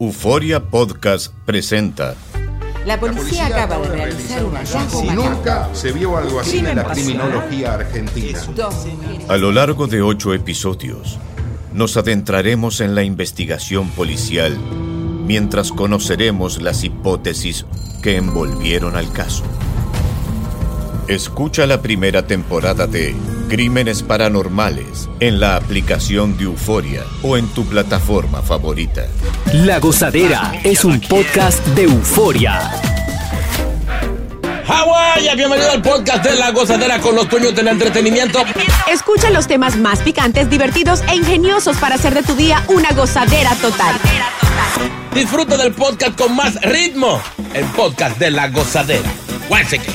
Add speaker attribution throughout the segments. Speaker 1: Euforia Podcast presenta
Speaker 2: La policía, acaba de realizar un hallazgo
Speaker 3: Si
Speaker 2: macabro.
Speaker 3: nunca se vio algo así en la criminología argentina.
Speaker 2: Dos mujeres.
Speaker 1: a lo largo de ocho episodios. Nos adentraremos en la investigación policial mientras conoceremos las hipótesis que envolvieron al caso. Escucha la primera temporada de Crímenes Paranormales en la aplicación de Euforia o en tu plataforma favorita.
Speaker 4: La Gozadera es un podcast de euforia.
Speaker 5: Hawái, bienvenido al podcast de la gozadera con los dueños del entretenimiento.
Speaker 6: Escucha los temas más picantes, divertidos e ingeniosos para hacer de tu día una gozadera total.
Speaker 5: Disfruta del podcast con más ritmo. El podcast de la gozadera. Guánseque.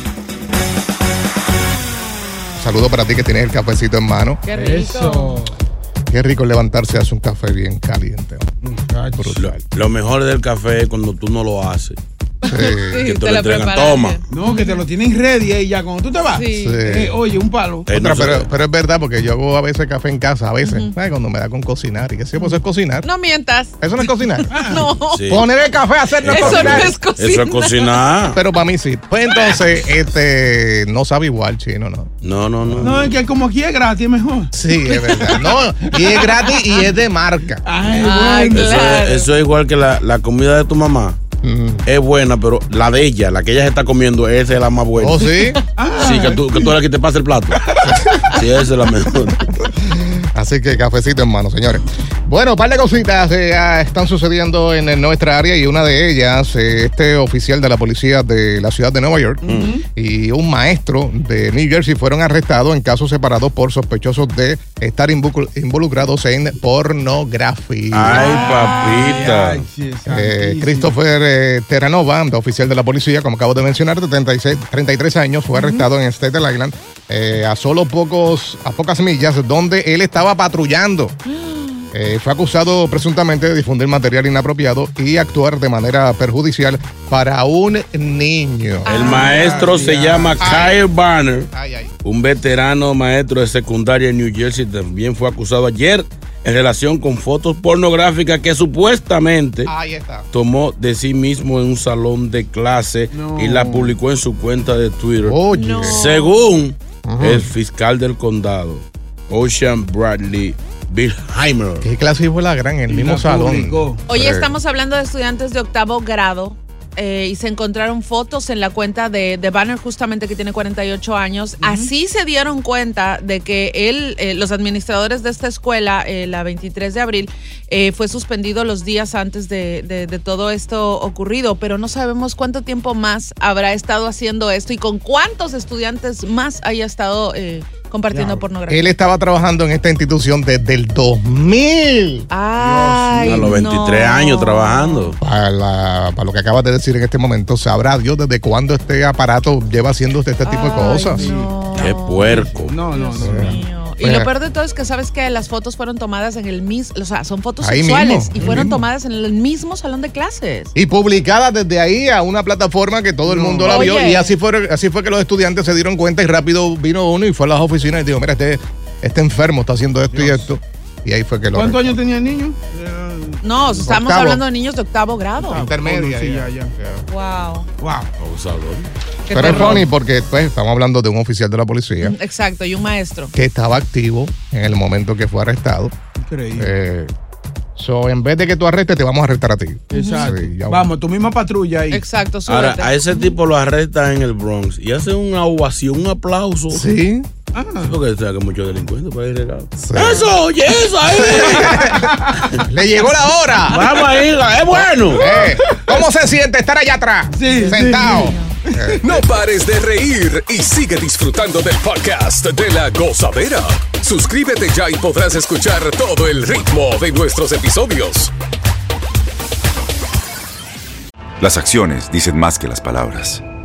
Speaker 7: Saludo para ti que tienes el cafecito en mano.
Speaker 2: Qué rico.
Speaker 7: Qué rico levantarse hace un café bien caliente.
Speaker 8: Lo, lo mejor del café es cuando tú no lo haces.
Speaker 7: Sí,
Speaker 8: Que tú
Speaker 2: te
Speaker 8: le
Speaker 2: lo
Speaker 8: entregan,
Speaker 2: preparaste.
Speaker 8: toma.
Speaker 9: No, que te lo tienen ready ahí ya cuando tú te vas.
Speaker 2: Sí.
Speaker 7: sí.
Speaker 9: Eh, oye, un palo.
Speaker 8: Eh, no
Speaker 7: Otra,
Speaker 8: se
Speaker 7: pero,
Speaker 8: puede.
Speaker 7: pero es verdad, porque yo hago a veces café en casa, a veces. ¿sabes? Cuando me da con cocinar y qué sé yo, pues eso es cocinar.
Speaker 2: No mientas.
Speaker 7: Eso no es cocinar.
Speaker 2: No.
Speaker 8: Sí.
Speaker 7: Poner el café a hacer no es
Speaker 2: Eso no
Speaker 7: cocinar.
Speaker 2: es cocina.
Speaker 8: Eso es cocinar.
Speaker 7: Pero para mí sí. Pues entonces, este, no sabe igual, chino, ¿no?
Speaker 8: No, no, no.
Speaker 9: No, es que como aquí es gratis, mejor.
Speaker 7: Sí, Ah. es verdad. No, y es gratis y es de marca.
Speaker 9: Ay,
Speaker 2: Ay,
Speaker 9: bueno.
Speaker 8: Eso,
Speaker 2: claro.
Speaker 8: es, eso es igual que la, la comida de tu mamá.
Speaker 7: Mm.
Speaker 8: Es buena, pero la de ella, la que ella se está comiendo, esa es la más buena.
Speaker 7: ¿Oh, sí?
Speaker 8: Sí, que tú, que tú eres la que te pasa el plato. Sí, esa es la mejor.
Speaker 7: Así que cafecito en mano, señores. Bueno, par de cositas eh, ah, están sucediendo en, en nuestra área y una de ellas, eh, este oficial de la policía de la ciudad de Nueva York y un maestro de New Jersey fueron arrestados en casos separados por sospechosos de estar invucul- involucrados en pornografía.
Speaker 8: Ay, papita.
Speaker 9: Ay, sí,
Speaker 7: Eh,
Speaker 9: santísimo.
Speaker 7: Christopher eh, Terranova, oficial de la policía, como acabo de mencionar, de 36, 33 años, fue arrestado en Staten Island eh, a solo pocos, a pocas millas, donde él estaba patrullando. Eh, fue acusado presuntamente de difundir material inapropiado y actuar de manera perjudicial para un niño.
Speaker 9: Ah.
Speaker 8: El maestro se llama Kyle Banner.
Speaker 7: Ay, ay.
Speaker 8: Un veterano maestro de secundaria en New Jersey también fue acusado ayer en relación con fotos pornográficas que supuestamente
Speaker 7: Ahí está.
Speaker 8: tomó de sí mismo en un salón de clase
Speaker 9: No. Oh.
Speaker 8: y la publicó en su cuenta de Twitter.
Speaker 7: Oye.
Speaker 2: No.
Speaker 8: Según el fiscal del condado, Ocean Bradley Bilheimer.
Speaker 7: ¿Qué clase fue la gran? En el
Speaker 9: Y
Speaker 7: mismo
Speaker 9: la
Speaker 7: salón.
Speaker 9: publicó.
Speaker 2: Hoy
Speaker 7: Sí.
Speaker 2: estamos hablando de estudiantes de octavo grado eh, y se encontraron fotos en la cuenta de, de Banner, justamente que tiene 48 años. Así se dieron cuenta de que él, eh, los administradores de esta escuela, eh, la 23 de abril, eh, fue suspendido los días antes de, de- de todo esto ocurrido, pero no sabemos cuánto tiempo más habrá estado haciendo esto y con cuántos estudiantes más haya estado eh, compartiendo pornografía.
Speaker 7: Él estaba trabajando en esta institución desde el 2000.
Speaker 2: Ay,
Speaker 8: A los 23
Speaker 2: no.
Speaker 8: años trabajando.
Speaker 7: Para, la- para lo que acabas de decir en este momento, sabrá Dios desde cuándo este aparato lleva haciendo este, este tipo de
Speaker 2: Ay,
Speaker 7: cosas.
Speaker 2: no.
Speaker 8: Qué puerco.
Speaker 9: No, no, no.
Speaker 2: Dios mío. Y
Speaker 7: Oiga.
Speaker 2: lo peor de todo es que sabes que las fotos fueron tomadas en el mismo, o sea, son fotos
Speaker 7: Ahí
Speaker 2: sexuales
Speaker 7: mismo,
Speaker 2: y
Speaker 7: ahí
Speaker 2: fueron
Speaker 7: mismo.
Speaker 2: tomadas en el mismo salón de clases.
Speaker 7: Y publicada desde ahí a una plataforma que todo el mundo la vio.
Speaker 2: Oye.
Speaker 7: Y así fue, así fue que los estudiantes se dieron cuenta y rápido vino uno y fue a las oficinas y dijo, mira, este, este enfermo está haciendo esto y esto. Y ahí fue que lo...
Speaker 9: ¿Cuántos años tenía el niño? Eh,
Speaker 2: No, estamos
Speaker 7: Octavo.
Speaker 2: hablando de niños de octavo grado.
Speaker 7: Intermedia,
Speaker 9: Sí,
Speaker 7: ya.
Speaker 9: ya, ya.
Speaker 2: Wow.
Speaker 9: Wow.
Speaker 8: Abusador.
Speaker 2: Qué
Speaker 7: Pero es
Speaker 2: terror.
Speaker 7: funny porque pues, estamos hablando de un oficial de la policía
Speaker 2: Exacto, y un maestro.
Speaker 7: que estaba activo en el momento que fue arrestado.
Speaker 9: Increíble.
Speaker 7: Eh, So, en vez de que tú arrestes, te vamos a arrestar a ti.
Speaker 9: Exacto.
Speaker 7: Sí, ya-
Speaker 9: Vamos, tu misma patrulla ahí.
Speaker 2: Exacto,
Speaker 8: Ahora, a ese tipo lo arrestan en el Bronx y hace una ovación, un aplauso.
Speaker 7: Sí.
Speaker 8: Porque o sea, que muchos delincuentes para ir regalo.
Speaker 5: ¡Eso! ¡Oye, eso! Ahí.
Speaker 7: ¡Le llegó la hora!
Speaker 5: Vamos a irla, es bueno.
Speaker 7: Eh, ¿Cómo se siente estar allá atrás? Sentado.
Speaker 10: No pares de reír y sigue disfrutando del podcast de la gozadera. Suscríbete ya y podrás escuchar todo el ritmo de nuestros episodios.
Speaker 11: Las acciones dicen más que las palabras.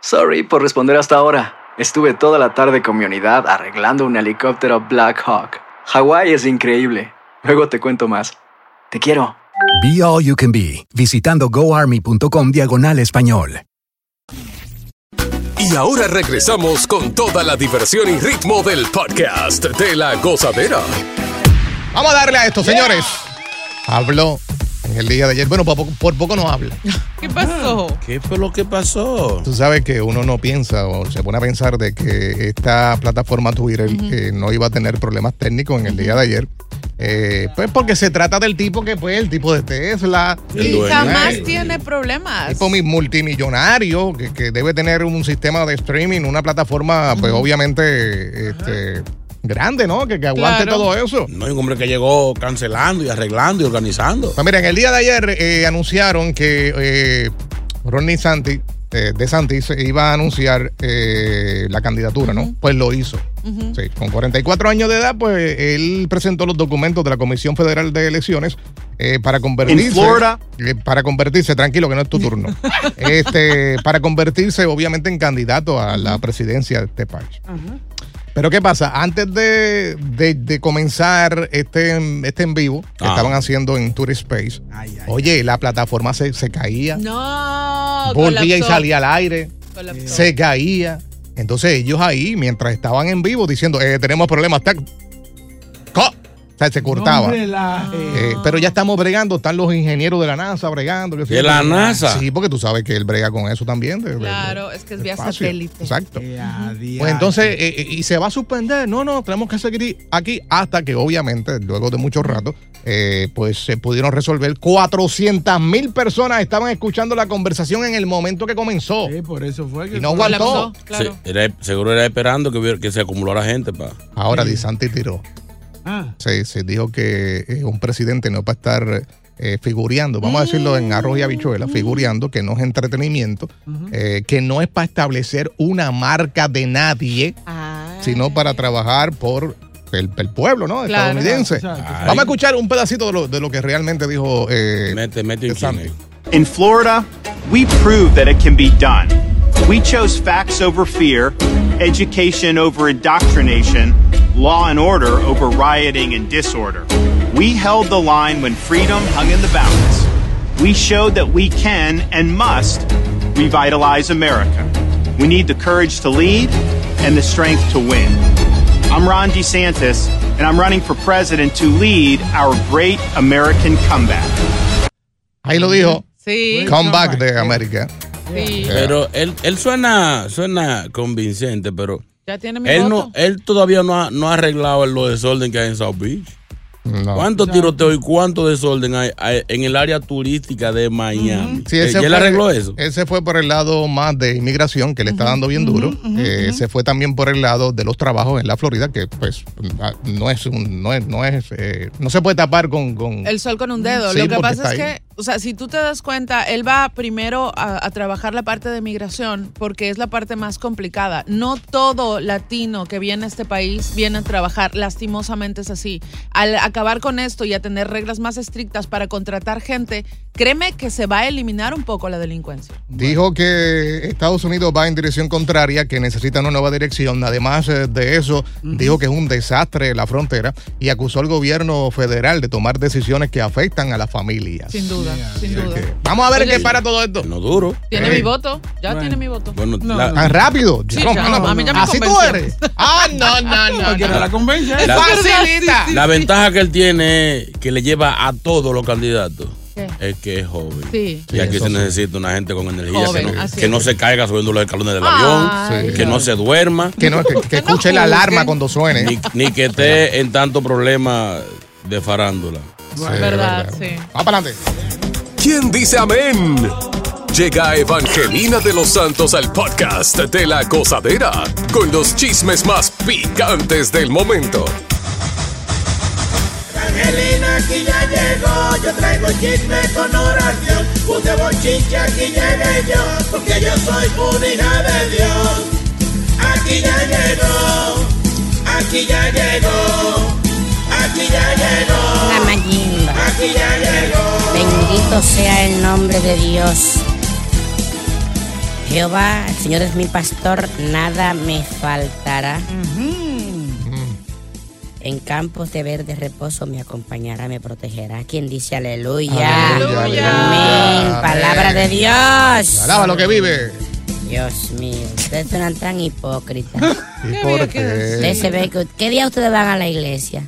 Speaker 12: Sorry por responder hasta ahora. Estuve toda la tarde con mi unidad arreglando un helicóptero Black Hawk. Hawái es increíble. Luego te cuento más. Te quiero.
Speaker 13: Be All You Can Be, visitando goarmy.com diagonal español.
Speaker 10: Y ahora regresamos con toda la diversión y ritmo del podcast de la gozadera.
Speaker 7: Vamos a darle a esto, señores. Habló en el día de ayer. Bueno, por poco, por poco no habla.
Speaker 2: ¿Qué pasó?
Speaker 8: ¿Qué fue lo que pasó?
Speaker 7: Tú sabes que uno no piensa o se pone a pensar de que esta plataforma Twitter eh, no iba a tener problemas técnicos en el día de ayer. Eh, pues porque se trata del tipo que fue el tipo de Tesla.
Speaker 2: Y jamás
Speaker 7: Eh,
Speaker 2: tiene problemas.
Speaker 7: tipo mi- multimillonario que, que debe tener un sistema de streaming, una plataforma, pues obviamente este, grande, ¿no? Que, que aguante
Speaker 8: Claro.
Speaker 7: todo eso.
Speaker 8: No hay un hombre que llegó cancelando y arreglando y organizando.
Speaker 7: Pues mira, en el día de ayer eh, anunciaron que eh, Ronnie Santi, eh, de Santis, iba a anunciar eh, la candidatura, ¿no? Pues lo hizo. Sí, con 44 años de edad, pues él presentó los documentos de la Comisión Federal de Elecciones eh, para convertirse.
Speaker 14: Florida?
Speaker 7: eh, para convertirse, tranquilo que no es tu turno. este, para convertirse, obviamente, en candidato a la presidencia de este país. Pero ¿qué pasa? Antes de, de- de comenzar este, en- este en vivo que
Speaker 15: Ah.
Speaker 7: estaban haciendo en Tour Space, oye, la plataforma se, se caía,
Speaker 2: No,
Speaker 7: volvía y
Speaker 2: colapsó.
Speaker 7: salía al aire,
Speaker 2: Colapsó.
Speaker 7: se caía. Entonces ellos ahí, mientras estaban en vivo, diciendo, eh, tenemos problemas, tac, co- o sea, se cortaba.
Speaker 9: Hombre, la- eh,
Speaker 7: Eh, pero ya estamos bregando, están los ingenieros de la NASA bregando. qué sé
Speaker 8: ¿De
Speaker 7: yo.
Speaker 8: la NASA?
Speaker 7: Sí, porque tú sabes que él brega con eso también. de- de-
Speaker 2: Claro, es que es vía
Speaker 7: espacio.
Speaker 2: satélite.
Speaker 7: Exacto. Pues entonces, eh, eh, y se va a suspender. No, no, tenemos que seguir aquí hasta que, obviamente, luego de mucho rato, eh, pues se pudieron resolver. 400 mil personas estaban escuchando la conversación en el momento que comenzó.
Speaker 9: por eso fue que.
Speaker 7: Y no aguantó.
Speaker 8: Sí, era- seguro era esperando que, hubiera- que se acumulara gente para.
Speaker 7: Ahora, Di Santi tiró.
Speaker 9: Ah.
Speaker 7: Se, se dijo que eh, un presidente no para estar eh, figureando, vamos a decirlo en arroz y habichuela, figureando que no es entretenimiento, eh, que no es para establecer una marca de nadie, sino para trabajar por el, el pueblo, ¿no?
Speaker 8: Claro.
Speaker 7: Estadounidense.
Speaker 8: Exacto.
Speaker 7: Vamos a escuchar un pedacito de lo, de lo que realmente dijo. Eh,
Speaker 8: Mete
Speaker 16: In Florida, we prove that it can be done. We chose facts over fear, education over indoctrination, law and order over rioting and disorder. We held the line when freedom hung in the balance. We showed that we can and must revitalize America. We need the courage to lead and the strength to win. I'm Ron DeSantis, and I'm running for president to lead our great American comeback.
Speaker 7: ahí lo dijo.
Speaker 2: Sí.
Speaker 7: Comeback de América.
Speaker 2: Sí.
Speaker 8: Pero él, él suena, suena convincente, pero
Speaker 2: Ya tiene mi
Speaker 8: él
Speaker 2: voto.
Speaker 8: no, él todavía no ha, no ha arreglado los desorden que hay en South Beach.
Speaker 7: Ah.
Speaker 8: ¿Cuántos tiroteos y cuánto desorden hay, hay en el área turística de Miami?
Speaker 7: Sí,
Speaker 8: Eh,
Speaker 7: ese
Speaker 8: ¿Ya él
Speaker 7: fue-
Speaker 8: arregló eso?
Speaker 7: Ese fue por el lado más de inmigración, que le está dando bien duro. Eh, Se fue también por el lado de los trabajos en la Florida, que pues ah, no es un, no es, no es, eh, no se puede tapar con, con
Speaker 2: El sol con un dedo.
Speaker 7: Sí,
Speaker 2: Lo que
Speaker 7: porque
Speaker 2: pasa
Speaker 7: está
Speaker 2: es
Speaker 7: ahí.
Speaker 2: que O sea, si tú te das cuenta, él va primero a, a trabajar la parte de migración porque es la parte más complicada. No todo latino que viene a este país viene a trabajar, lastimosamente es así. Al acabar con esto y a tener reglas más estrictas para contratar gente, créeme que se va a eliminar un poco la delincuencia.
Speaker 7: Dijo que Estados Unidos va en dirección contraria, que necesita una nueva dirección. Además eh, de eso, dijo que es un desastre la frontera y acusó al gobierno federal de tomar decisiones que afectan a las familias.
Speaker 2: Sin duda, sin duda.
Speaker 7: Vamos a ver
Speaker 2: Oye,
Speaker 7: qué para todo esto.
Speaker 8: No duro.
Speaker 2: Tiene
Speaker 7: Eh.
Speaker 2: mi voto, ya tiene mi voto.
Speaker 8: Bueno,
Speaker 7: Ah, rápido.
Speaker 2: Sí,
Speaker 7: No,
Speaker 2: ya,
Speaker 7: no, no.
Speaker 2: a mí ya me
Speaker 7: Así tú
Speaker 2: convenció.
Speaker 7: eres. Ah, no, no, no.
Speaker 9: Cualquiera
Speaker 7: no.
Speaker 9: la convence.
Speaker 8: La-
Speaker 7: Facilita.
Speaker 8: La ventaja que él tiene es que le lleva a todos los candidatos. Es que es joven.
Speaker 2: Sí.
Speaker 8: Y aquí se necesita una gente con energía
Speaker 2: Joven,
Speaker 8: que, no,
Speaker 2: así
Speaker 8: que no
Speaker 2: es.
Speaker 8: se caiga subiendo los escalones del
Speaker 2: Ay,
Speaker 8: avión,
Speaker 7: Sí.
Speaker 8: que no se duerma,
Speaker 7: Que, no, que, que escuche la
Speaker 2: ¿eh?
Speaker 7: alarma cuando suene.
Speaker 8: ni, ni que esté en tanto problema de farándula.
Speaker 2: verdad, sí.
Speaker 7: Va para adelante.
Speaker 10: ¿Quién dice amén? Llega Evangelina de los Santos al podcast de la gozadera con los chismes más picantes del momento.
Speaker 14: Angelina aquí ya llegó, yo traigo chisme con oración, un de bochinche aquí llegué yo, porque yo soy una hija de Dios. Aquí ya llegó, aquí ya llegó, aquí ya llegó.
Speaker 15: La Mayimba.
Speaker 14: Aquí ya llegó.
Speaker 15: Bendito sea el nombre de Dios. Jehová, el Señor es mi pastor, nada me faltará. En campos de verde reposo me acompañará, me protegerá. Quien dice aleluya.
Speaker 7: Aleluya,
Speaker 15: Amén.
Speaker 7: aleluya.
Speaker 15: Palabra de Dios.
Speaker 7: Alaba lo que vive.
Speaker 15: Dios mío, ustedes son tan hipócritas.
Speaker 7: ¿Y por qué?
Speaker 15: Ustedes se ven que- ¿Qué día ustedes van a la iglesia?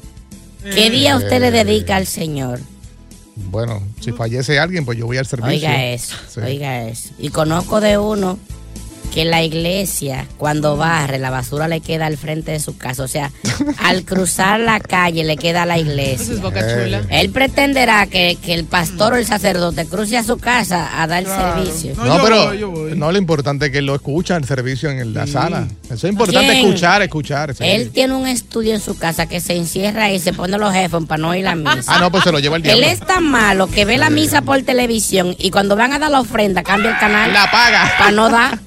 Speaker 15: ¿Qué
Speaker 7: Eh.
Speaker 15: día usted le dedica al Señor?
Speaker 7: Bueno, si fallece alguien, pues yo voy al servicio.
Speaker 15: Oiga eso,
Speaker 7: Sí.
Speaker 15: oiga eso. Y conozco de uno que la iglesia, cuando barre, la basura le queda al frente de su casa. O sea, al cruzar la calle le queda a la iglesia.
Speaker 7: Eh.
Speaker 15: Él pretenderá que, que el pastor o el sacerdote cruce a su casa a dar servicio.
Speaker 7: No, pero no lo importante es que lo escucha el servicio en la sala. Eso es importante
Speaker 15: ¿Quién?
Speaker 7: escuchar, escuchar. sí.
Speaker 15: Él tiene un estudio en su casa que se encierra y se pone los jefes para no ir a la misa.
Speaker 7: Ah, no, pues se lo lleva el diablo.
Speaker 15: Él es tan malo que ve la misa por televisión y cuando van a dar la ofrenda cambia el canal.
Speaker 7: La paga.
Speaker 15: Para no dar.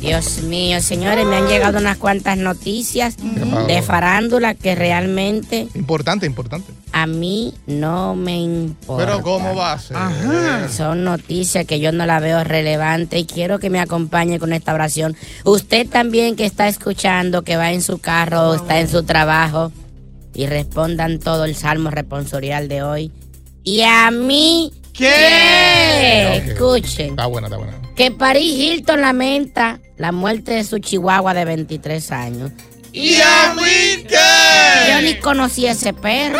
Speaker 15: Dios mío, señores, me han llegado unas cuantas noticias de farándula que realmente
Speaker 7: Importante, importante.
Speaker 15: a mí no me importa.
Speaker 7: Pero ¿cómo va a ser?
Speaker 15: Son noticias que yo no la veo relevante y quiero que me acompañe con esta oración. Usted también que está escuchando, que va en su carro, está en su trabajo y respondan todo el salmo responsorial de hoy. Y a mí ¿Qué? Escuchen.
Speaker 7: Está buena, está buena.
Speaker 15: que Paris Hilton lamenta la muerte de su chihuahua de 23 años.
Speaker 7: ¿Y a mí qué?
Speaker 15: Yo ni conocí a ese perro.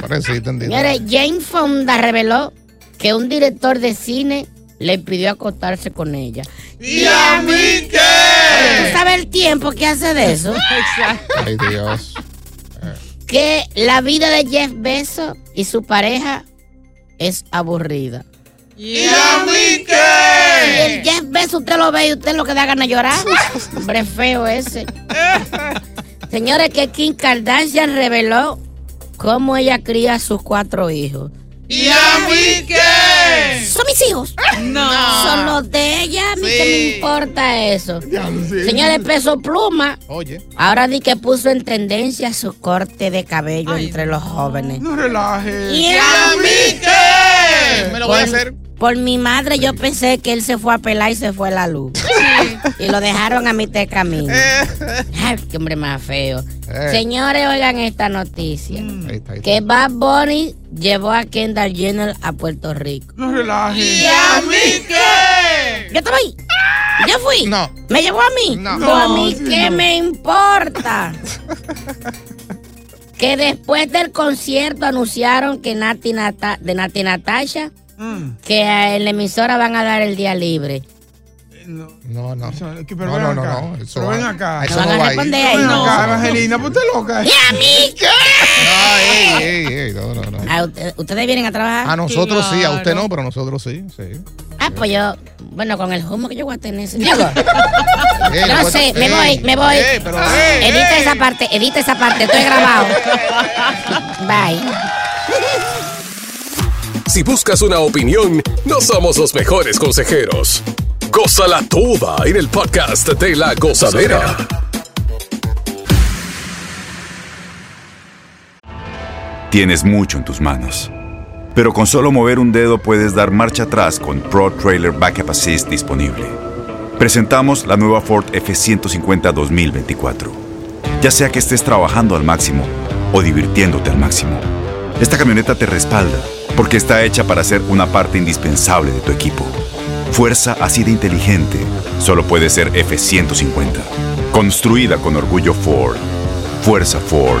Speaker 7: Parece entendido.
Speaker 15: Señores, Jane Fonda reveló que un director de cine le pidió acostarse con ella.
Speaker 14: ¿Y a mí
Speaker 15: ¿Tú sabes el tiempo que hace de eso?
Speaker 7: Ay, Dios.
Speaker 15: que la vida de Jeff Bezos y su pareja es aburrida.
Speaker 14: ¿Y a mí
Speaker 15: Y
Speaker 14: qué?
Speaker 15: el Jeff Bezos usted lo ve y usted lo que da ganas de llorar. Hombre feo ese. Señores, que Kim Kardashian reveló cómo ella cría a sus cuatro hijos.
Speaker 14: ¿Y a mí qué?
Speaker 15: Son mis hijos.
Speaker 14: No.
Speaker 15: Son los de ella. A mí que me
Speaker 14: Ah. Sí.
Speaker 15: importa eso.
Speaker 14: sí.
Speaker 15: Señores, peso pluma.
Speaker 7: Oye.
Speaker 15: Ahora di que puso en tendencia su corte de cabello entre los jóvenes.
Speaker 9: No relajes.
Speaker 15: ¿Y a mí
Speaker 7: qué? Me lo voy a
Speaker 15: Por-
Speaker 7: hacer.
Speaker 15: Por mi madre yo pensé que él se fue a pelar y se fue la luz. Y lo dejaron a mitad de camino.
Speaker 7: Eh.
Speaker 15: Ay, qué hombre más feo.
Speaker 14: Eh.
Speaker 15: Señores, oigan esta noticia.
Speaker 9: Mm.
Speaker 7: Ahí está, ahí está.
Speaker 15: Que Bad Bunny llevó a Kendall Jenner a Puerto Rico.
Speaker 9: No relajes.
Speaker 14: ¿Y a mí qué?
Speaker 15: Yo estaba ahí. Yo fui.
Speaker 7: No.
Speaker 15: ¿Me llevó a mí?
Speaker 14: No.
Speaker 15: Pero a mí
Speaker 14: No, sí,
Speaker 15: qué
Speaker 14: no.
Speaker 15: me importa. que después del concierto anunciaron que Nati Nata- de Nati Natasha
Speaker 14: Mm.
Speaker 15: que en la emisora van a dar el día libre.
Speaker 7: No, no.
Speaker 9: pero
Speaker 7: no,
Speaker 9: ven
Speaker 7: no, no,
Speaker 9: acá.
Speaker 7: no. Eso
Speaker 9: Pero
Speaker 7: va-
Speaker 9: ven acá.
Speaker 7: Eso no va a ir.
Speaker 15: responder ahí.
Speaker 9: Ven
Speaker 15: No.
Speaker 9: acá, Evangelina, pues usted es loca.
Speaker 15: ¿Y a mí qué?
Speaker 7: Ey, ey, ey, no, no, no.
Speaker 15: ¿A usted- ¿Ustedes vienen a trabajar?
Speaker 7: A nosotros sí, a usted no, pero a nosotros sí. sí.
Speaker 15: Ah, pues yo, bueno, con el humo que yo voy a tener. Digo,
Speaker 7: Ey,
Speaker 15: no
Speaker 7: pues-
Speaker 15: sé, me voy,
Speaker 7: ey,
Speaker 15: me voy.
Speaker 7: ey, Eh, pero- ey,
Speaker 15: edita
Speaker 7: ey.
Speaker 15: esa parte, edita esa parte, estoy grabado. Bye.
Speaker 10: Si buscas una opinión, no somos los mejores consejeros. Cosa la tuba en el podcast de la gozadera.
Speaker 11: Tienes mucho en tus manos. Pero con solo mover un dedo puedes dar marcha atrás con Pro Trailer Backup Assist disponible. Presentamos la nueva Ford F150 2024. Ya sea que estés trabajando al máximo o divirtiéndote al máximo, esta camioneta te respalda porque está hecha para ser una parte indispensable de tu equipo. Fuerza así de inteligente solo puede ser F150. Construida con orgullo Ford. Fuerza Ford.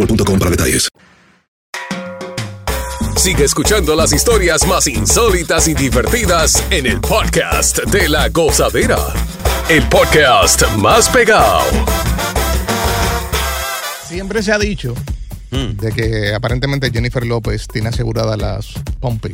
Speaker 17: para detalles.
Speaker 10: Sigue escuchando las historias más insólitas y divertidas en el podcast de la gozadera. El podcast más pegado.
Speaker 7: Siempre se ha dicho
Speaker 8: Mm,
Speaker 7: de que aparentemente Jennifer López tiene asegurada las Pompey.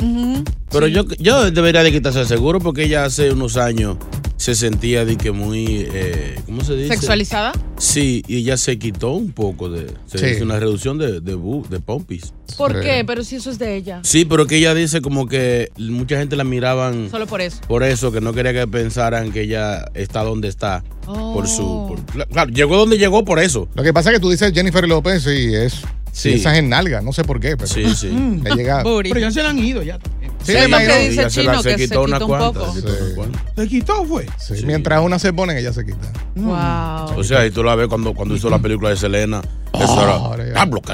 Speaker 8: Pero yo, yo debería de quitarse el seguro porque ella hace unos años se sentía de que muy, eh, ¿cómo se dice?
Speaker 2: ¿Sexualizada?
Speaker 8: Sí, y ella se quitó un poco de, se
Speaker 2: Sí.
Speaker 8: hizo una reducción de, de, bu- de pompis.
Speaker 2: ¿Por qué? Pero si eso es de ella.
Speaker 8: Sí, pero que ella dice como que mucha gente la miraban
Speaker 2: Solo por eso.
Speaker 8: por eso, que no quería que pensaran que ella está donde está. Por
Speaker 2: Oh.
Speaker 8: su, por- cla- claro, llegó donde llegó por eso.
Speaker 7: Lo que pasa es que tú dices Jennifer López y es.
Speaker 8: Sí.
Speaker 7: Piensas en nalga, no sé por qué, pero.
Speaker 8: Sí, sí.
Speaker 7: Le llega.
Speaker 9: Pero ya se la han ido ya.
Speaker 7: Sí, me imagino.
Speaker 8: Ella se, la, se quitó una cuanta. se quitó una cuanta.
Speaker 9: Se quitó, fue.
Speaker 7: Sí, Mientras una se pone, ella se quita.
Speaker 2: Wow.
Speaker 8: O sea, y tú la ves cuando, cuando hizo la película de Selena. Eso era-
Speaker 7: Oh,
Speaker 8: Diablo, que-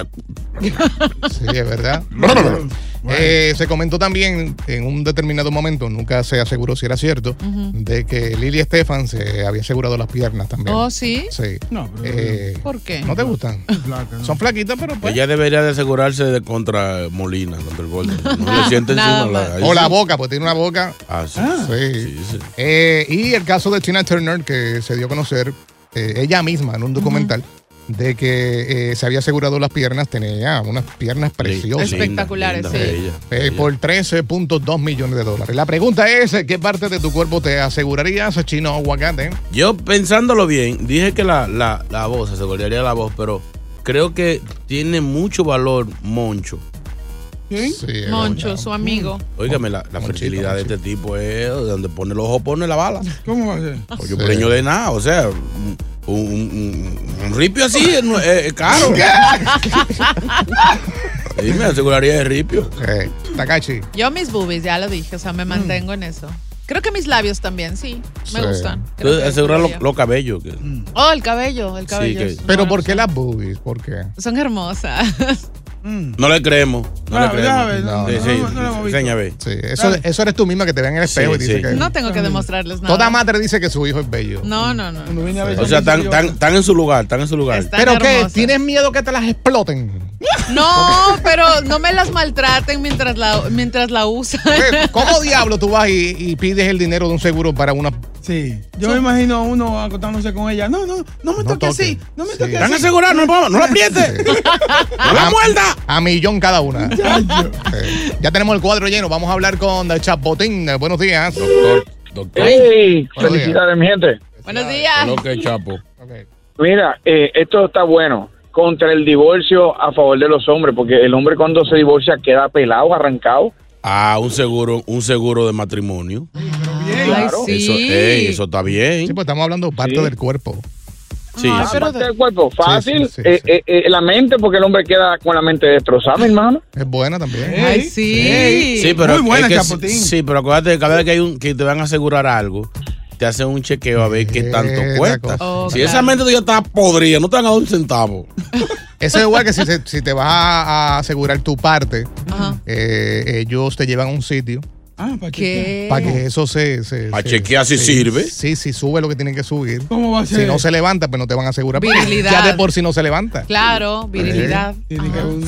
Speaker 7: Sí, es verdad. Eh, se comentó también en un determinado momento, nunca se aseguró si era cierto, de que Lily Estefan se había asegurado las piernas también.
Speaker 2: Oh, sí.
Speaker 7: Sí.
Speaker 9: No, pero.
Speaker 7: Eh,
Speaker 2: ¿Por qué?
Speaker 7: ¿No te gustan? Son flaquitas, pero pues.
Speaker 8: Ella debería de asegurarse de contra Molina, contra el Golden. No le sienten
Speaker 7: Nada
Speaker 8: encima. la- ahí
Speaker 7: O la
Speaker 8: sí.
Speaker 7: boca, pues tiene una boca.
Speaker 8: Ah, sí.
Speaker 7: Sí. Eh, y el caso de Tina Turner, que se dio a conocer eh, ella misma en un documental, de que eh, se había asegurado las piernas, tenía unas piernas preciosas.
Speaker 2: Espectaculares, linda, sí. bella,
Speaker 7: Eh, por 13.2 millones de dólares. La pregunta es, ¿qué parte de tu cuerpo te asegurarías, chino o aguacate?
Speaker 8: Yo pensándolo bien, dije que la, la, la voz, aseguraría la voz, pero creo que tiene mucho valor Moncho.
Speaker 7: Sí, eh,
Speaker 2: Moncho, su amigo.
Speaker 8: Óigame, la, la fertilidad de este tipo es donde pone el ojo, pone la bala.
Speaker 9: ¿Cómo va a ser?
Speaker 8: Oye, un preño de nada, o sea, un, un- un- un ripio así es, no- es- es caro. Y me aseguraría de ripio.
Speaker 7: Eh, Takachi.
Speaker 2: Yo mis boobies, ya lo dije, o sea, me mantengo en eso. Creo que mis labios también, sí. Me gustan. Creo
Speaker 8: Entonces,
Speaker 2: que
Speaker 8: asegurar los
Speaker 2: podría.
Speaker 8: los cabellos. que-
Speaker 2: Oh, el cabello, el cabello.
Speaker 8: que-
Speaker 2: es-
Speaker 7: Pero ¿por qué las boobies? ¿Por qué?
Speaker 2: Son hermosas.
Speaker 8: No le creemos. No le
Speaker 7: Ah, ya ves,
Speaker 8: creemos.
Speaker 7: no,
Speaker 8: Sí,
Speaker 7: no,
Speaker 8: sí,
Speaker 7: no, no lo hemos visto.
Speaker 8: enseña, ve.
Speaker 7: Eso, eso eres tú misma que te ve en el espejo
Speaker 8: Sí,
Speaker 7: y dice
Speaker 8: sí.
Speaker 7: que...
Speaker 2: No tengo que demostrarles nada.
Speaker 7: Toda madre dice que su hijo es bello.
Speaker 2: No, no, no.
Speaker 8: O sea, están, están- están en su lugar, están en su lugar.
Speaker 2: Están
Speaker 7: ¿Pero qué?
Speaker 2: hermosas.
Speaker 7: ¿Tienes miedo que te las exploten?
Speaker 2: No, pero no me las maltraten mientras la, mientras la usan.
Speaker 7: ¿Cómo diablo tú vas y, y pides el dinero de un seguro para una...
Speaker 9: Sí. Yo me imagino a uno acostándose con ella. No, no, no me toques así. No me toques así.
Speaker 7: Están
Speaker 8: asegurados, no, no la apriete.
Speaker 7: ¡No la muerda! A millón cada una. Eh, ya tenemos el cuadro lleno. Vamos a hablar con el Chapotín. Eh, Buenos días.
Speaker 8: Doctor.
Speaker 18: ¡Ey!
Speaker 7: Buenos
Speaker 18: Felicidades, mi gente.
Speaker 2: Buenos días.
Speaker 8: que chapo.
Speaker 18: Mira, eh, esto está bueno. Contra el divorcio a favor de los hombres, porque el hombre cuando se divorcia queda pelado, arrancado.
Speaker 8: Ah, un seguro, un seguro de matrimonio.
Speaker 18: Claro.
Speaker 8: Eso, ey, eso está bien.
Speaker 7: Sí, pues estamos hablando de parte del cuerpo.
Speaker 8: Sí.
Speaker 18: Ah,
Speaker 8: sí.
Speaker 18: parte del cuerpo, fácil. eh, eh, eh, la mente, porque el hombre queda con la mente destrozada, mi hermano.
Speaker 7: Es buena también.
Speaker 2: eh. Ay, sí.
Speaker 8: Sí, pero
Speaker 18: Muy buena,
Speaker 8: es que
Speaker 18: Chapotín.
Speaker 8: sí, sí, pero acuérdate que cada vez que hay un que te van a asegurar algo, te hacen un chequeo a ver
Speaker 9: Eh,
Speaker 8: qué tanto cuesta.
Speaker 9: Oh,
Speaker 7: cosa.
Speaker 8: si esa mente tuya está podrida, no te han dado un centavo.
Speaker 7: Eso es igual que si,
Speaker 2: Ah.
Speaker 7: se- si te vas a, a asegurar tu parte, eh, ellos te llevan a un sitio
Speaker 9: Ah, para
Speaker 2: ¿Qué?
Speaker 7: Para que eso se. se
Speaker 8: Para
Speaker 7: se-
Speaker 8: chequear si
Speaker 7: se-
Speaker 8: sirve.
Speaker 7: Sí, si sube lo que tienen que subir.
Speaker 9: ¿Cómo va a
Speaker 7: Si
Speaker 9: ser?
Speaker 7: no se levanta, pues no te van a asegurar.
Speaker 2: Virilidad.
Speaker 7: Ya de por si no se levanta.
Speaker 2: Claro, virilidad.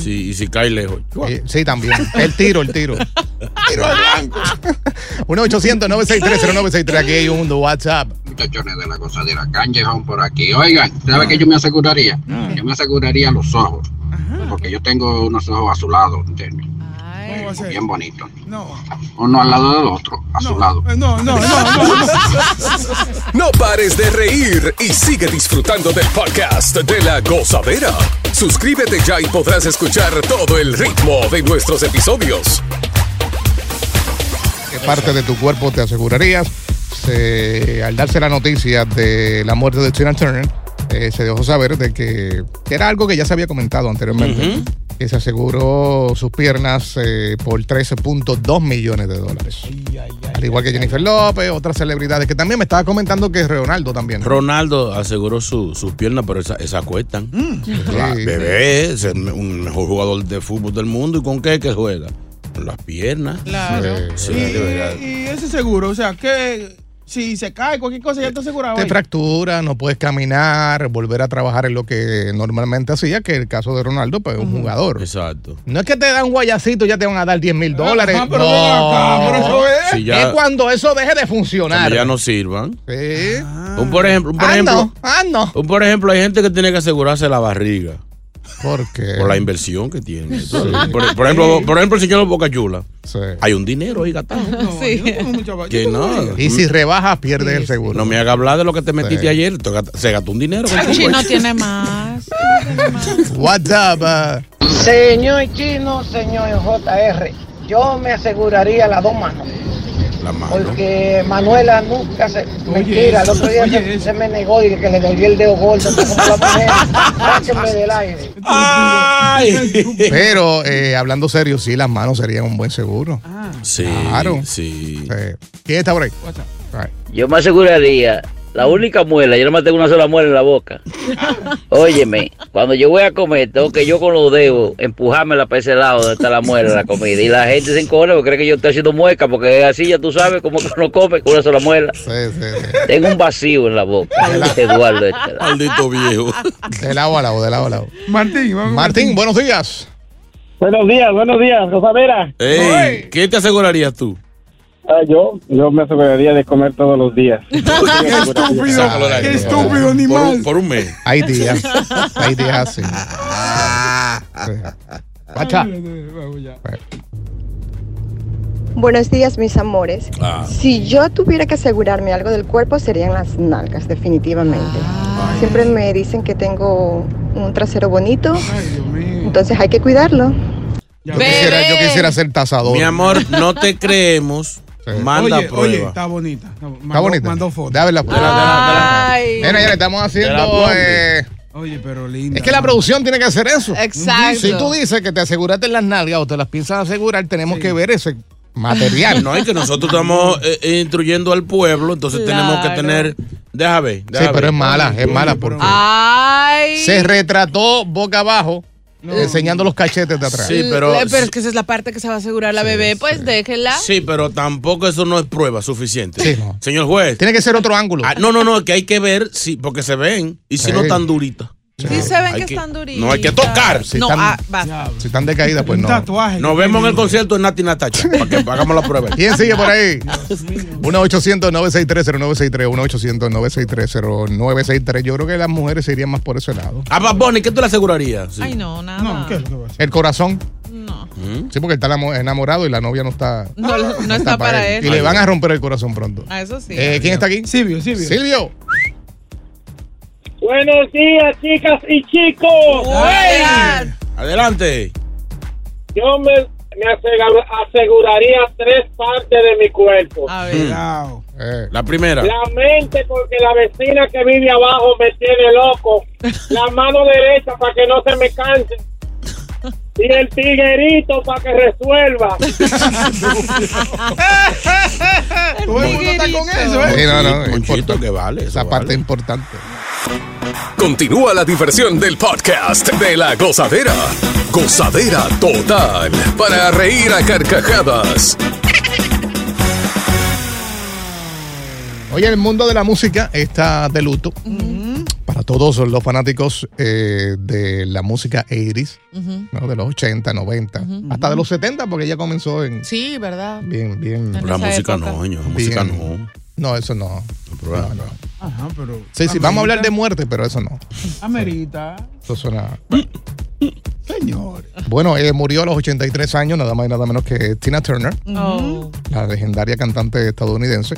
Speaker 8: Sí, y si cae lejos.
Speaker 7: Eh, Sí, también. El tiro, el tiro. 1-800-963-0963. Aquí hay un WhatsApp.
Speaker 19: muchachones de la cosadera Canjejón por aquí. Oigan, ¿sabe qué yo me aseguraría? Yo me aseguraría los ojos, porque yo tengo unos ojos azulados, ¿entiendes?
Speaker 9: ¿Cómo va a ser?
Speaker 19: bien bonitos,
Speaker 9: No.
Speaker 19: uno al lado del otro, azulado.
Speaker 9: Eh, No, no, no, no.
Speaker 10: No pares de reír y sigue disfrutando del podcast de la gozadera. Suscríbete ya y podrás escuchar todo el ritmo de nuestros episodios.
Speaker 7: ¿Qué parte de tu cuerpo te asegurarías? Se- al darse la noticia de la muerte de Tina Turner, eh, se dejó saber de que, que era algo que ya se había comentado anteriormente. Que se aseguró sus piernas eh, por 13.2 millones de dólares. Al igual que Jennifer López, otras celebridades, que también me estaba comentando que es Ronaldo también. ¿no?
Speaker 8: Ronaldo aseguró su- sus piernas, pero esas esas cuestan. Claro,
Speaker 7: Mm, Sí.
Speaker 8: Bebé es el me- un mejor jugador de fútbol del mundo. ¿Y con qué es que juega? Con las piernas.
Speaker 9: Claro.
Speaker 8: Sí,
Speaker 9: y,
Speaker 8: de verdad.
Speaker 9: y ese seguro, o sea, que si se cae cualquier cosa ya está asegurado.
Speaker 7: Te
Speaker 9: ahí.
Speaker 7: fractura, no puedes caminar, volver a trabajar en lo que normalmente hacía, que el caso de Ronaldo, pues es un jugador.
Speaker 8: Exacto.
Speaker 7: No es que te dan guayacito y ya te van a dar 10 mil dólares.
Speaker 9: Ajá, Ah, pero
Speaker 7: no.
Speaker 9: ven acá, pero eso es-
Speaker 8: Si ya-
Speaker 7: Es cuando eso deje de
Speaker 8: Cuando
Speaker 7: funcionar.
Speaker 8: ya no sirvan.
Speaker 7: Sí.
Speaker 8: Un por ejemplo, un por
Speaker 7: Ah,
Speaker 8: ejemplo,
Speaker 7: no, ah, no.
Speaker 8: un por ejemplo, hay gente que tiene que asegurarse la barriga.
Speaker 7: ¿Por qué?
Speaker 8: Por la inversión que tiene. Por, por ejemplo, por ejemplo, el señor Boca Chula. Hay un dinero ahí gastado.
Speaker 2: Ah,
Speaker 9: Sí. Yo tengo mucha va-
Speaker 8: Que no.
Speaker 7: Y si rebajas, pierdes el seguro.
Speaker 8: mm. No me haga hablar de lo que te metiste ayer. Te gast- Se gastó un dinero. con tu
Speaker 2: Chi no
Speaker 8: coche.
Speaker 2: tiene más.
Speaker 7: WhatsApp. ah.
Speaker 20: Señor Chino, señor JR, yo me aseguraría las dos manos. Porque Manuela nunca se. mentira, el
Speaker 9: eso,
Speaker 20: otro día
Speaker 9: oye
Speaker 20: se, se me negó y que le volví el dedo gordo. entonces, como la mujer, sáquenme del aire.
Speaker 7: Pero eh, hablando serio, sí, las manos serían un buen seguro.
Speaker 9: Ah.
Speaker 8: Sí.
Speaker 7: Claro.
Speaker 8: Sí.
Speaker 7: Eh, ¿Quién está por ahí?
Speaker 21: Yo me aseguraría, la única muela, yo nomás tengo una sola muela en la boca. Óyeme, cuando yo voy a comer, tengo que yo con los dedos empujármela para ese lado donde está la muela de la comida. Y la gente se encojona porque cree que yo estoy haciendo mueca, porque es así, ya tú sabes, como que uno come con una sola muela. Tengo un vacío en la boca. Eduardo, de este lado.
Speaker 8: Maldito viejo.
Speaker 7: De lado a lado, de lado a lado.
Speaker 9: Martín, vamos.
Speaker 7: Martín, buenos días.
Speaker 22: Buenos días, buenos días, Rosadera.
Speaker 8: Ey, ¿qué te asegurarías tú?
Speaker 22: Ah, yo, yo me aseguraría de comer todos los días.
Speaker 9: Qué estúpido, qué estúpido animal.
Speaker 8: Por un, por un mes.
Speaker 7: Hay días. Hay días así. Guacha.
Speaker 23: Buenos días, mis amores.
Speaker 8: Ah.
Speaker 23: Si yo tuviera que asegurarme algo del cuerpo, serían las nalgas, definitivamente. Siempre me dicen que tengo un trasero bonito, entonces hay que cuidarlo.
Speaker 7: Yo quisiera, yo quisiera ser tasador.
Speaker 8: Mi amor, no te creemos. Manda
Speaker 7: Oye,
Speaker 8: prueba.
Speaker 7: oye,
Speaker 9: Está bonita. Está bonita.
Speaker 7: Está bonito. Déjame ver la foto. Mira, ya le estamos haciendo. eh,
Speaker 9: Oye, pero linda.
Speaker 7: es que la producción tiene que hacer eso.
Speaker 9: Exacto.
Speaker 7: Si tú dices que te aseguraste en las nalgas o te las piensas asegurar, tenemos que ver ese material.
Speaker 8: No, es que nosotros estamos eh, instruyendo al pueblo, entonces tenemos que tener. Deja ver.
Speaker 7: Sí, pero es mala, es mala porque
Speaker 2: Ay.
Speaker 7: se retrató boca abajo enseñando los cachetes de atrás.
Speaker 8: Sí, pero-
Speaker 2: Le- eh, es que esa es la parte que se va a asegurar la bebé, pues déjela.
Speaker 8: Sí, pero tampoco eso no es prueba suficiente. Señor juez.
Speaker 7: Tiene que ser otro ángulo.
Speaker 8: Ah, no, no, no, que hay que ver si, porque se ven y si no
Speaker 7: Sí.
Speaker 8: están duritas.
Speaker 2: Sí se
Speaker 8: Hay
Speaker 2: ven que,
Speaker 8: que-
Speaker 2: están duritas. ah,
Speaker 8: No hay que tocar.
Speaker 7: Si están- Si están de caída, pues no.
Speaker 8: Nos vemos en el concierto de Nati Natacha para que hagamos la prueba.
Speaker 7: ¿Quién sigue por ahí? 1-800-963-0963, 1-800-963-0963. Yo creo que las mujeres se irían más por ese lado.
Speaker 8: A Bad Bunny, ¿qué tú le asegurarías? Sí.
Speaker 2: Ay, no, nada. No,
Speaker 7: El corazón. No. Sí, porque él está enamo- enamorado y la novia no está.
Speaker 2: no está, para, él.
Speaker 7: Y le van a romper el corazón pronto.
Speaker 2: Ah, eso sí.
Speaker 7: Eh, ¿Quién está aquí?
Speaker 9: Silvio, Silvio.
Speaker 7: Silvio.
Speaker 22: Buenos días, chicas y chicos.
Speaker 8: Buenas. Adelante.
Speaker 22: Yo me, me asegura- aseguraría tres partes de mi cuerpo.
Speaker 8: Mm.
Speaker 7: Eh.
Speaker 8: La primera.
Speaker 22: La mente, porque la vecina que vive abajo me tiene loco. La mano derecha para que no se me canse. Y el tiguerito para que resuelva.
Speaker 9: Todo el mundo está con eso, ¿eh?
Speaker 7: Sí, no, no,
Speaker 10: Sí,
Speaker 7: importante.
Speaker 8: que vale.
Speaker 7: Esa parte importante.
Speaker 10: Continúa la diversión del podcast de la gozadera. Gozadera total para reír a carcajadas.
Speaker 7: Oye, el mundo de la música está de luto. Para todos los fanáticos eh, de la música 80s, ¿no? de los 80, 90, hasta de los 70, porque ella comenzó en.
Speaker 2: Sí, ¿verdad?
Speaker 7: Bien, bien.
Speaker 8: Pero la música no, señor, la música no.
Speaker 7: No, eso no.
Speaker 8: Pero-
Speaker 7: No, no.
Speaker 9: Ajá, pero.
Speaker 7: Sí, sí, vamos a hablar de muerte, pero eso no.
Speaker 9: Amerita.
Speaker 7: Eso suena. Señor. Bueno, eh, murió a los 83 años, nada más y nada menos que Tina Turner,
Speaker 2: Oh.
Speaker 7: la legendaria cantante estadounidense.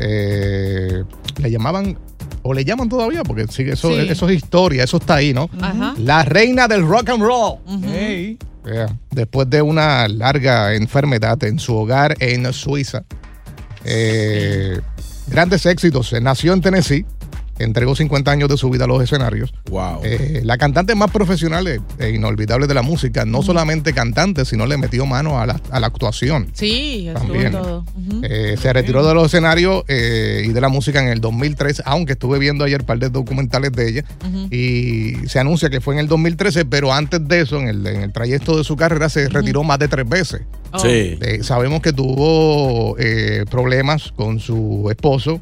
Speaker 7: Eh, le llamaban, o le llaman todavía, porque sigue eso,
Speaker 2: Sí.
Speaker 7: eso es historia, eso está ahí, ¿no?
Speaker 2: Ajá.
Speaker 7: La reina del rock and roll.
Speaker 2: Ujú.
Speaker 7: Yeah. Después de una larga enfermedad en su hogar en Suiza. Eh, Grandes éxitos. Nació en Tennessee. Entregó 50 años de su vida a los escenarios.
Speaker 8: Wow.
Speaker 7: Eh, la cantante más profesional e- e inolvidable de la música. No solamente cantante, sino le metió mano a la, a la actuación.
Speaker 2: Sí, estuvo
Speaker 7: También.
Speaker 2: todo. Ujú.
Speaker 7: Eh, se retiró de los escenarios eh, y de la música en el 2003, aunque estuve viendo ayer un par de documentales de ella.
Speaker 2: Ujú.
Speaker 7: Y se anuncia que fue en el 2013, pero antes de eso, en el, en el trayecto de su carrera, se retiró más de tres veces.
Speaker 8: Oh. Sí.
Speaker 7: Eh, sabemos que tuvo eh, problemas con su esposo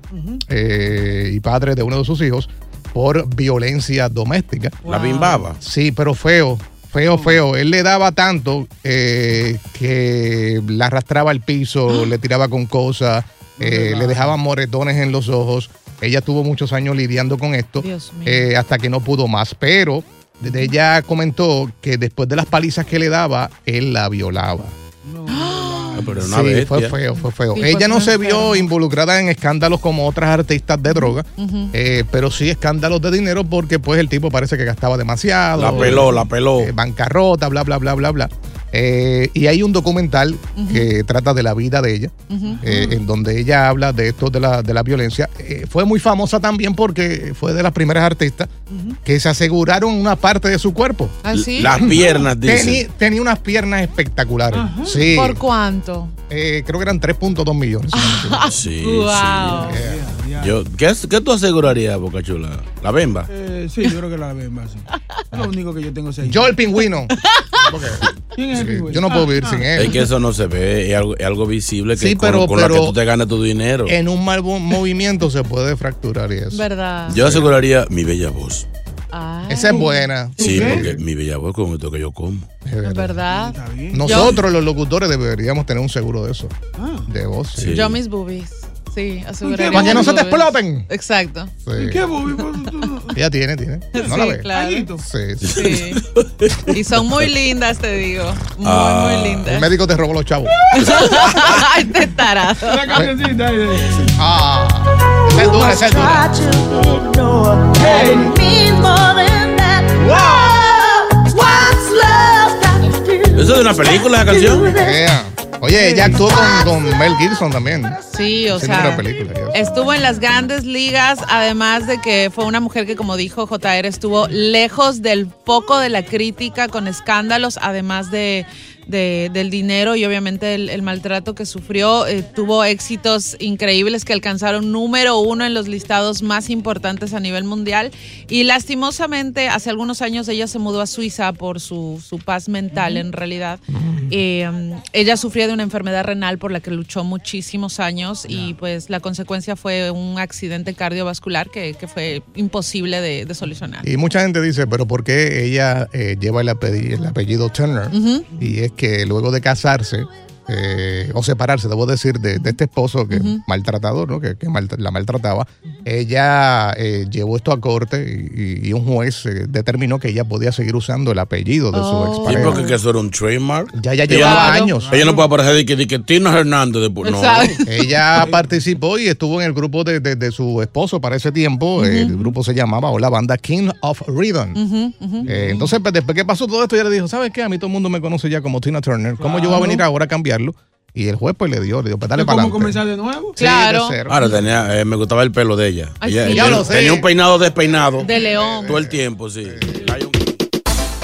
Speaker 7: eh, y padre de uno de sus hijos por violencia doméstica.
Speaker 8: La bimbaba.
Speaker 7: Sí, pero feo,
Speaker 2: Mm.
Speaker 7: feo, feo. Él le daba tanto eh, que la arrastraba al piso, le tiraba con cosas, eh, le dejaba moretones en los ojos. Ella tuvo muchos años lidiando con esto
Speaker 2: Dios mío.
Speaker 7: eh, hasta que no pudo más. Pero desde ella comentó que después de las palizas que le daba, él la violaba.
Speaker 8: Ah, Pero una
Speaker 7: Sí,
Speaker 8: bestia.
Speaker 7: fue feo, fue feo.
Speaker 8: Sí,
Speaker 7: Ella
Speaker 8: fue
Speaker 7: no
Speaker 8: muy
Speaker 7: se vio involucrada en escándalos como otras artistas de droga,
Speaker 8: Ujú.
Speaker 7: eh, pero sí escándalos de dinero porque pues el tipo parece que gastaba demasiado.
Speaker 8: La peló, la
Speaker 9: Oh.
Speaker 8: peló.
Speaker 7: eh, bancarrota, bla, bla, bla, bla, bla. Eh, y hay un documental que trata de la vida de ella,
Speaker 2: Ujú.
Speaker 7: eh, en donde ella habla de esto de la, de la violencia. Eh, fue muy famosa también porque fue de las primeras artistas que se aseguraron una parte de su cuerpo.
Speaker 2: ¿Ah, sí?
Speaker 8: Las piernas,
Speaker 7: Teni-
Speaker 8: dice.
Speaker 7: tenía unas piernas espectaculares. Sí.
Speaker 2: ¿Por cuánto?
Speaker 7: Eh, creo que eran 3.2 millones. si no me equivoco.
Speaker 8: Sí,
Speaker 2: Ah, Wow.
Speaker 8: sí. Yo, ¿qué, qué tú asegurarías, Boca Chula? ¿La bemba?
Speaker 7: Mm.
Speaker 9: Eh, sí, yo creo que la ven así. Es lo único que yo tengo ese
Speaker 7: Yo el pingüino.
Speaker 9: Ah. ¿Quién es el pingüino? Ah.
Speaker 7: Yo no puedo vivir sin él.
Speaker 8: Es que eso no se ve, es algo, es algo visible que
Speaker 7: Sí,
Speaker 8: con,
Speaker 7: pero-
Speaker 8: con la que
Speaker 7: pero-
Speaker 8: tú te ganas tu dinero.
Speaker 7: En un mal bo- movimiento se puede fracturar y eso.
Speaker 2: ¿Verdad? Ah.
Speaker 8: Yo aseguraría mi bella voz.
Speaker 7: Esa es buena.
Speaker 8: Sí, porque mi bella voz con esto que yo como.
Speaker 7: Es verdad.
Speaker 2: ¿Verdad?
Speaker 7: Nosotros los locutores deberíamos tener un seguro de eso.
Speaker 2: Ah.
Speaker 7: De voz.
Speaker 2: Yo,
Speaker 7: sí.
Speaker 2: yo mis boobies. Sí, aseguraría.
Speaker 7: Para que no
Speaker 2: mis
Speaker 7: se te
Speaker 2: boobies.
Speaker 7: exploten.
Speaker 2: Exacto.
Speaker 7: Sí.
Speaker 2: Pues,
Speaker 7: Ella tiene, tiene. No la
Speaker 2: Sí,
Speaker 7: ve.
Speaker 2: claro.
Speaker 7: Sí,
Speaker 2: Sí. Y son muy lindas, te digo. Muy,
Speaker 7: Ah.
Speaker 2: muy
Speaker 7: El
Speaker 2: lindas.
Speaker 7: médico te robó los chavos.
Speaker 2: este tarado.
Speaker 9: Una cancioncita.
Speaker 7: Ah, esa es dura, esa es dura.
Speaker 8: ¿Eso es de una película, esa canción?
Speaker 7: Yeah. Oye, ella actuó con, con Mel Gibson también.
Speaker 2: Sí, o
Speaker 7: Haciendo una
Speaker 2: sea.
Speaker 7: película. yeah.
Speaker 2: Estuvo en las grandes ligas, además de que fue una mujer que, como dijo JR, estuvo lejos del poco de la crítica, con escándalos, además de, de- del dinero y obviamente el, el maltrato que sufrió. Eh, tuvo éxitos increíbles que alcanzaron número uno en los listados más importantes a nivel mundial. Y lastimosamente, hace algunos años ella se mudó a Suiza por su, su paz mental, en realidad. Eh, um, ella sufría de una enfermedad renal por la que luchó muchísimos años y pues la consecuencia fue un accidente cardiovascular que, que fue imposible de, de solucionar.
Speaker 7: Y mucha gente dice, pero ¿por qué ella eh, lleva el, apellido, el apellido Turner?
Speaker 2: Ujú.
Speaker 7: Y es que luego de casarse, eh, o separarse, debo decir, de, de este esposo que maltratador, ¿no? que, que mal- la maltrataba, ella eh, llevó esto a corte y, y un juez eh, determinó que ella podía seguir usando el apellido de su
Speaker 8: Sí,
Speaker 7: expareja.
Speaker 8: porque que eso era un trademark.
Speaker 7: Ya, ya
Speaker 8: Ella-
Speaker 7: llevaba años.
Speaker 8: Ella no puede aparecer de que, de que Tina Hernández. de- no.
Speaker 7: Ella participó y estuvo en el grupo de, de- de su esposo para ese tiempo. El grupo se llamaba o la banda King of Rhythm.
Speaker 2: Ujú, ujú.
Speaker 7: Eh, entonces, pues, después que pasó todo esto, ella le dijo, ¿sabes qué? A mí todo el mundo me conoce ya como Tina Turner. ¿Cómo yo voy a venir ahora a cambiarlo? Y el juez pues le dio, le dio, pues dale para
Speaker 9: ¿Cómo
Speaker 7: adelante.
Speaker 9: comenzar de nuevo?
Speaker 7: Sí, de Claro. cero.
Speaker 8: Ahora tenía, eh, me gustaba el pelo de ella.
Speaker 7: Ay,
Speaker 8: Ella-
Speaker 7: sí.
Speaker 8: ella
Speaker 7: Ya lo
Speaker 8: tenía,
Speaker 7: sé.
Speaker 8: un peinado despeinado.
Speaker 2: De león.
Speaker 8: Todo el tiempo, sí.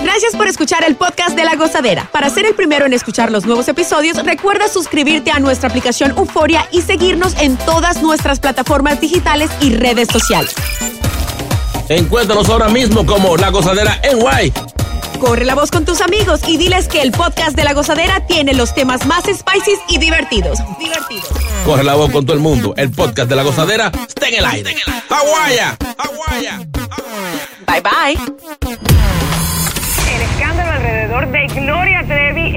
Speaker 6: Gracias por escuchar el podcast de La Gozadera. Para ser el primero en escuchar los nuevos episodios, recuerda suscribirte a nuestra aplicación Euforia y seguirnos en todas nuestras plataformas digitales y redes sociales.
Speaker 5: Encuéntranos ahora mismo como La Gozadera en Guay.
Speaker 6: Corre la voz con tus amigos y diles que el podcast de La Gozadera tiene los temas más spicy y divertidos. Divertidos.
Speaker 5: Corre la voz con todo el mundo. El podcast de la gozadera está en el aire. ¡Aguaya! ¡Aguaya!
Speaker 6: Bye bye.
Speaker 24: El escándalo alrededor de Gloria Trevi